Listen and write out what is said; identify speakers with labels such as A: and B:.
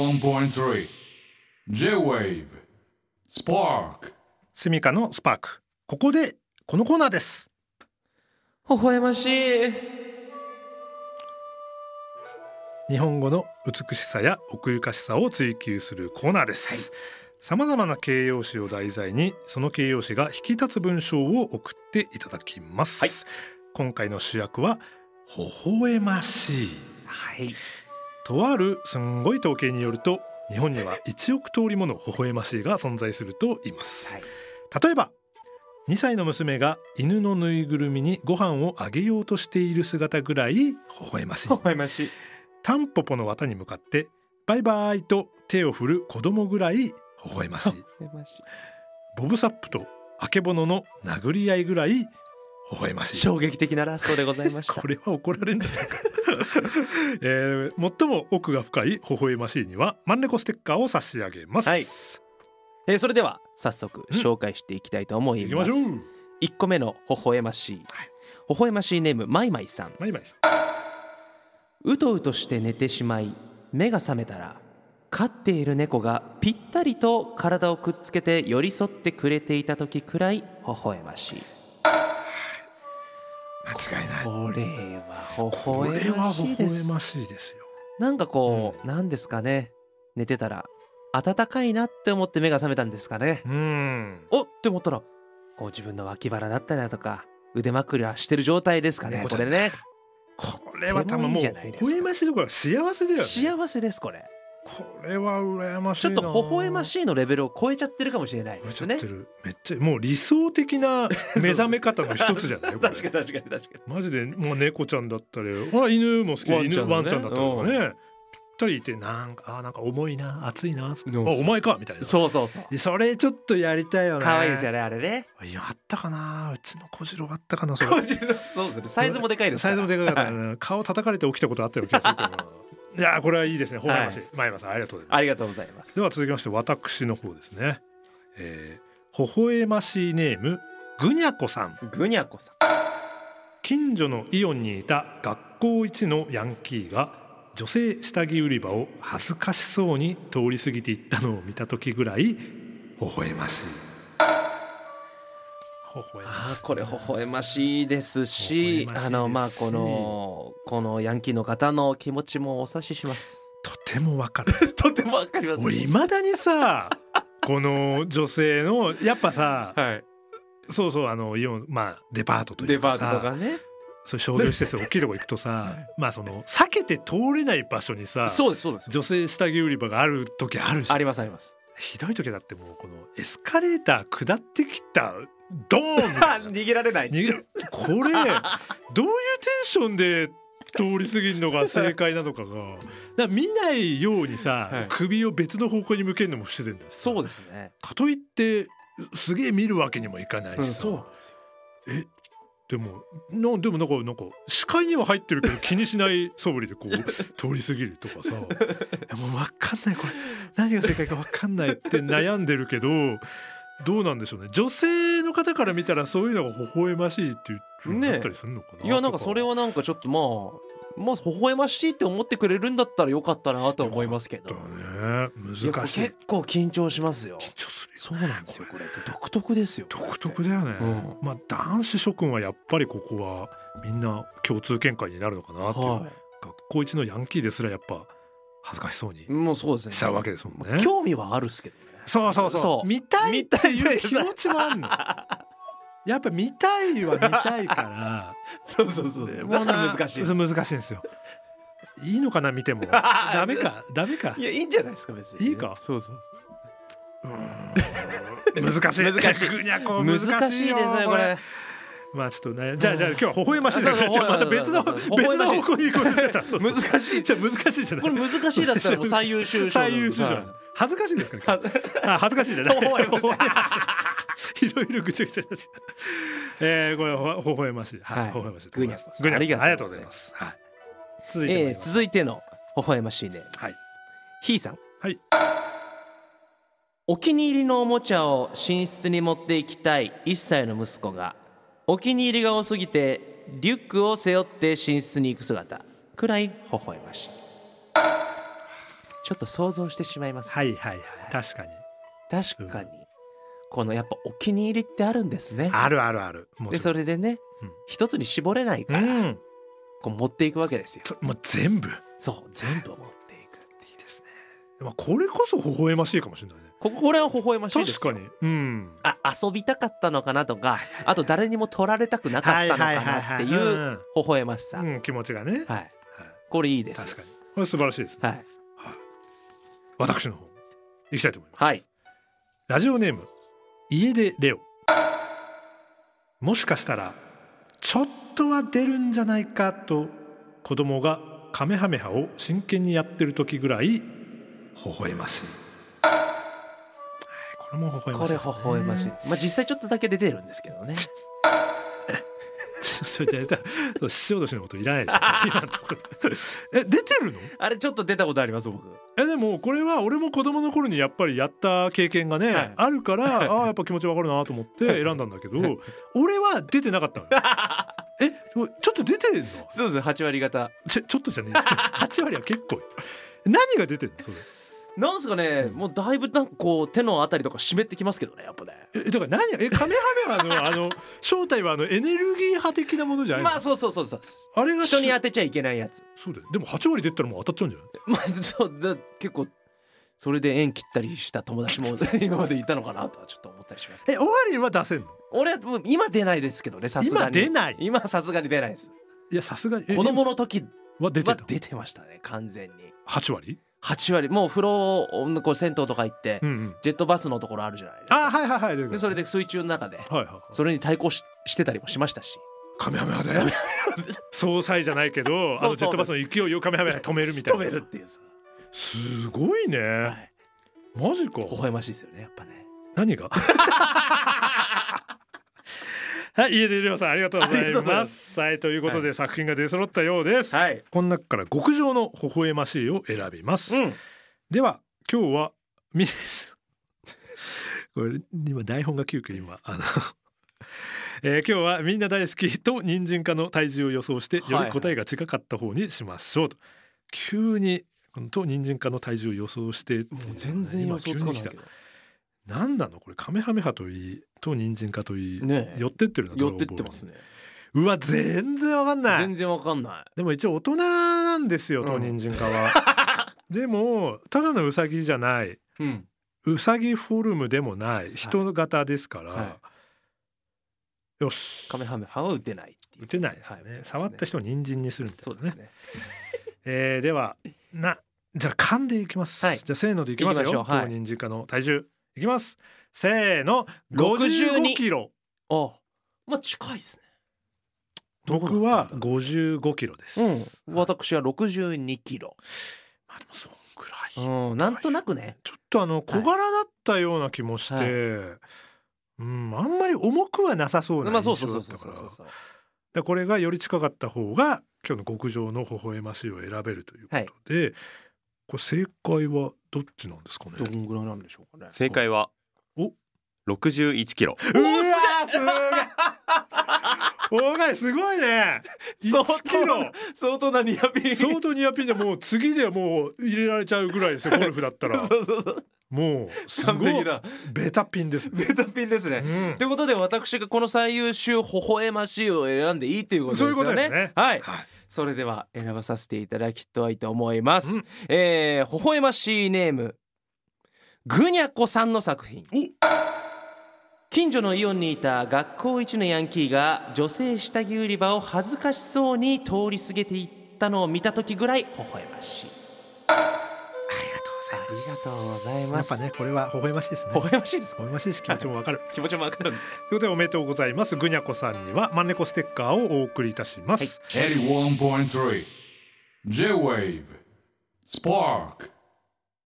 A: 81.3 J-Wave Spark
B: スミカのスパークここでこのコーナーです
C: 微笑ましい
B: 日本語の美しさや奥ゆかしさを追求するコーナーです、様々な形容詞を題材にその形容詞が引き立つ文章を送っていただきます、
C: はい
B: 今回の主役は微笑ましい
C: はい
B: とあるすんごい統計によると日本には1億通りもの微笑ましいが存在すると言います、
C: はい
B: 例えば2歳の娘が犬のぬいぐるみにご飯をあげようとしている姿ぐらい微笑ましい
C: 微笑ましい
B: タンポポの綿に向かってバイバイと手を振る子供ぐらい微笑ましい
C: 微笑ましい
B: ボブサップとあけぼのの殴り合いぐらい微笑ましい
C: 衝撃的なラストでございました
B: これは怒られんじゃないか、 えー最も奥が深い微笑ましいにはマンレコステッカーを差し上げます、
C: はいえーそれでは早速
B: うん
C: 紹介していきたいと思い
B: 行き
C: ま
B: ますしょう
C: 1個目の微笑ましい、
B: はい
C: 微笑ましいネームマイマイさん
B: マイマイさん
C: うとうとして寝てしまい目が覚めたら飼っている猫がぴったりと体をくっつけて寄り添ってくれていた時くらい微笑ましい
B: 間違いない
C: これ
B: こ
C: は
B: れ
C: 微笑ま
B: は
C: し
B: 微
C: いで
B: 笑
C: す
B: ましいですよ
C: なんかこう、なんですかね寝てたら暖かいなって思って目が覚めたんですかね
B: うん
C: おっって思ったらこう自分の脇腹だったりだとか腕まくりはしてる状態ですかね
B: 猫
C: こ
B: ちゃん
C: れね
B: これはたま
C: とてもい
B: も微
C: いうじゃないですか
B: 笑ましいところは幸せだよね
C: 幸せですこれ
B: これは羨ましい
C: ちょっ
B: な
C: と微笑ましいのレベルを超えちゃってるかもしれない
B: め
C: で
B: っちゃ
C: す
B: やっ
C: ね
B: てるめっちゃもう理想的な目覚め方の一つじゃ ないこれ
C: 確かに確かに確かに
B: マジでもう猫ちゃんだったりほら犬も好きで
C: ワンち
B: 犬
C: ゃんだね
B: ワンちゃんだったりとかね
C: う
B: ぴったりいてなんかあーなんか重いな暑いなつってあ
C: そうそう
B: お前かみたいな
C: そうそうそう
B: でそれちょっとやりたいよね
C: 可愛いですよ
B: ね
C: ねあれね
B: いやあったかなうちの小次郎あったかな それ
C: そうですねサイズもでかいです
B: サイズもでかかった
C: はい
B: な顔叩かれて起きたことあったような気がするけどいやーこれはいいですね微笑ましい前山さんありがとうございます
C: ありがとうございます
B: では続きまして私の方ですね、えー、微笑ましいネームぐにゃこさん
C: ぐにゃこさん
B: 近所のイオンにいた学校一のヤンキーが女性下着売り場を恥ずかしそうに通り過ぎていったのを見た時ぐらい微笑ましい微笑ましい
C: あーこれ微笑ましいです
B: 微笑
C: し
B: ましいですし
C: あのまあこのこのヤンキーの方の気持ちもお察しします
B: とてもわかる
C: とてもわかりま
B: 俺いまだにさこの女性のやっぱさ
C: はい
B: そうそうあのイオンまあデパートとい
C: デ
B: う
C: パ
B: かさ
C: ートとかね
B: そういう商業施設大きいとこ行くとさまあその避けて通れない場所にさ
C: そうですそうです
B: 女性下着売り場がある時あるし
C: ありますあります
B: ひどい時だってもうこのエスカレーター下ってきたドーンみた
C: あ
B: いな
C: 逃げられない
B: 逃げるこれどういうテンションで通り過ぎるのが正解なのかがだから見ないようにさ、
C: はい
B: 首を別の方向に向けるのも不自然だしさ
C: そうですね
B: かといってすげえ見るわけにもいかないしさ、
C: んですよ
B: でもなんでもなんかなんか視界には入ってるけど気にしない素振りで こう通り過ぎるとかさいやもう分かんないこれ何が正解か分かんないって悩んでるけどどうなんでしょうね女性の方から見たらそういうのが微笑ましいっていう風になったりするのかな、
C: いやなんかそれ
B: を
C: はなんかちょっとまあまあ微笑ましいって思ってくれるんだったらよかったなとは思いますけ
B: だ
C: ど
B: ね
C: いやこれ
B: 難しい
C: 結構緊張しますよ
B: 緊張するよ
C: そうなんですよこれって独特ですよ
B: 独特だよね、
C: うん
B: まあ男子諸君はやっぱりここはみんな共通見解になるのかなっていう、
C: は
B: 学校一のヤンキーですらやっぱ恥ずかしそうに
C: いもうそうですね
B: しちゃうわけですもんね。
C: 興味はあるっすけどね
B: そうそうそう
C: そう
B: 見たいっていう
C: 見たい
B: 気持ちもある の。やっぱ見たいは見たいから。
C: そうそう そ
B: も
C: だ
B: う
C: か
B: な
C: ら難しい
B: そう難しいんですよ。いいのかな見て も。
C: あー
B: ダメかダメか
C: い。やいいんじゃないですか別に
B: いいか
C: そうそう
B: うーん難しい。
C: 難しい
B: ぐにゃこ
C: そう
B: 難
C: 難
B: し
C: し
B: い
C: い
B: よ
C: ですねこ。れ
B: まあちょっとね。じゃあじゃあ今日は微笑ましいだか
C: う
B: ら。
C: ん
B: じゃあまた別の
C: そうそう
B: 別
C: そう
B: の方向に行こうとしてた。そうそう
C: 難しい
B: じゃあ難しいじゃな
C: これ
B: い。
C: 難しいだったら もう最優秀賞
B: 最優秀じゃ
C: はい
B: ん。恥ずかしいですから。あ恥ずかしいじゃない。
C: 微笑ましい
B: 微 い。いろいろぐちゃぐちゃになっちゃう。えー、これほ微笑ましい。はい、
C: はい
B: 微笑ましいと思
C: グ
B: い
C: ニ
B: ま
C: ャ
B: す。
C: コ
B: ぐ
C: さ
B: に
C: ん
B: ゃ
C: あり
B: こさんありが
C: が
B: と
C: とう
B: うご
C: ござ
B: ざ
C: い
B: い
C: ま
B: ますす。はい。続いて参り
C: えー
B: ます、
C: 続いての微笑ましいね
B: はい。
C: ひーさん
B: はい
C: お気に入りのおもちゃを寝室に持っていきたい1歳の息子がお気に入りが多すぎてリュックを背負って寝室に行く姿くらい微笑ましいちょっと想像してしまいます、
B: はいはいはい確かに
C: 確かに、このやっぱお気に入りってあるんですね
B: あるあるあるも
C: で
B: ちろ
C: そ
B: ん
C: れでね、
B: うん
C: 一つに絞れないか
B: う
C: ら、
B: ん
C: こう持っていくわけですよ
B: ともう全部い
C: そう全部持っていく
B: いですね、まあ、これこそ微笑ましいかもしれないね
C: こここれは微笑ましいです
B: 確か
C: に
B: にうん
C: あ遊びたかったのかなとかあと誰にも取られたくなかったのかなっていう
B: う
C: 微笑ましさ、
B: うん、気持ちがね、は
C: はいこれいいで
B: い、
C: す
B: 確かにこれ素晴らしいですね、
C: はい
B: はい私の方いきたいと思います
C: はい
B: ラジオネーム家でレオもしかしたらちょっとは出るんじゃないかと子供がカメハメハを真剣にやってる時ぐらい微笑ましい、はい、これも微笑
C: こ
B: ましいで
C: れ微
B: すね、
C: 笑ましいですまあ実際ちょっとだけ出てるんですけどね
B: それでだそうしおどしのこといらないでしょ 今のところえ出てるの
C: あれちょっと出たことあります僕
B: えでもこれは俺も子供の頃にやっぱりやった経験がね、
C: はい
B: あるから ああやっぱ気持ちわかるなと思って選んだんだけど俺は出てなかったの よえちょっと出てんの
C: そうです8割方
B: ちょちょっと じゃねえ8割は結構何が出てんのそれ
C: なんすかね、
B: うん
C: もうだいぶなんかこう手のあたりとか湿ってきますけどねやっぱね
B: えだから何えカメハメハのあの正体はあのエネルギー派的なものじゃないの、
C: まあそうそうそうそう
B: あ、れが
C: 人に当
B: して
C: ちゃいけないやつ
B: そうだよでも8割出たらもう当たっちゃうんじゃない
C: まあそうだ結構それで縁切ったりした友 達も今までいたのかなとはちょっと思ったりします
B: え終わりは出せんの
C: 俺はもう今出ないですけどねさすが
B: 今
C: に
B: 出ない
C: 今はさすがに出ないです
B: いやさすがにえ
C: 子供の時
B: 今は出て
C: は
B: た
C: 出てましたね完全に
B: 8割
C: 8割もう風呂をこう銭湯とか行って、
B: うんうん
C: ジェットバスのところあるじゃないです
B: あ
C: か
B: はいはいはい出てた
C: でそれで水中の中で
B: はいはいはい
C: それに対抗ししてたりもしましたし
B: カメハメハで総裁じゃないけどあ
C: そうそう
B: のジェットバスの勢いをカメハメハで止めるみたいな
C: 止めるっていうさ、
B: すごいね、
C: はい
B: マジか
C: 微笑ましいですよねやっぱね
B: 何がはい家出りょうさんありがとうご
C: あ
B: ざ
C: り
B: い
C: がとうございま
B: ますはいということで、作品が出揃ったようです、
C: はい
B: この中から極上の微笑ましいを選びます、
C: うん
B: では今日はみ これ今台本が急遽今あの えー今日はみんな大好きと人参科の体重を予想して
C: はい
B: よ
C: は
B: り
C: い
B: 答えが近かった方にしましょうと、急にこのと人参科の体重を予想してってい
C: も
B: の
C: う
B: が
C: 全然予想つか
B: 今急
C: な
B: に
C: い
B: 来
C: け
B: た
C: ど
B: 何なのこれカメハメハといいと人参科といい、
C: ねえ
B: 寄ってってるな
C: 寄ってってますね
B: ドラゴンボールにうわ全然わかんない
C: 全然わかんな
B: でも一応大人なんですよ
C: うん
B: と人参科は、 でもただのウサギじゃない
C: いうん
B: ウサギフォルムでもない
C: はい
B: 人型ですから、
C: は
B: よし
C: カメハメハは打てないっていう
B: 打てないですね,、
C: はい打てないですね
B: 触った人を人参にするみた
C: そ
B: いうな
C: で
B: ね
C: すね
B: えーではなじゃあ噛んでいきます、
C: はい
B: じゃあせーのでいきます
C: いきましょ
B: よ
C: うはい
B: 当人参科の体重いきますせーの55
C: 52
B: キロ
C: あまあ近いですね
B: 僕は55キロです、
C: うん私は62キロ
B: まあでもそんくらい、
C: うんなんとなくね
B: ちょっとあの小柄だったような気もして、
C: はい
B: うんあんまり重くはなさそうな
C: まあ
B: 印
C: そうそう
B: 象
C: そ
B: だ
C: う
B: っ
C: そ
B: たから
C: うそうそうそう
B: でこれがより近かった方が今日の極上の微笑ましいを選べるということで、これ正解はどっちなんですかね
C: どんぐらいなんでしょうかね
D: 正解は
B: お
D: 61キロ
B: うわーすごいお前すごいね
C: 相
B: 1キロ
C: 当相当なニアピン
B: 相当ニアピンでもう次でもう入れられちゃうぐらいですよゴルフだったら
C: そうそうそう
B: もうす
C: 完
B: ごい
C: 璧な
B: ベタピンですね、
C: ベタピンですね
B: うん
C: ということで私がこの最優秀微笑ましいを選んでいいということですよね。
B: そういうことですね
C: はい。
B: はい
C: それでは選ばさせていただきたいと思います。
B: うん
C: えー微笑ましいネームぐにゃこさんの作品。近所のイオンにいた学校一のヤンキーが女性下着売り場を恥ずかしそうに通り過ぎていったのを見た時ぐらい微笑ましい。ありがとうござい
B: や
C: ま
B: っ
C: す。
B: ぱねこれは微笑ましいですね
C: 微
B: 微
C: 笑ましいですか。
B: 笑ましいし気持ちもわかる
C: 気持ちもわかるんで。
B: ということでおめでとうございますぐにゃこさんにはマンネコステッカーをお送りいたします、
A: 81.3 J-Wave Spark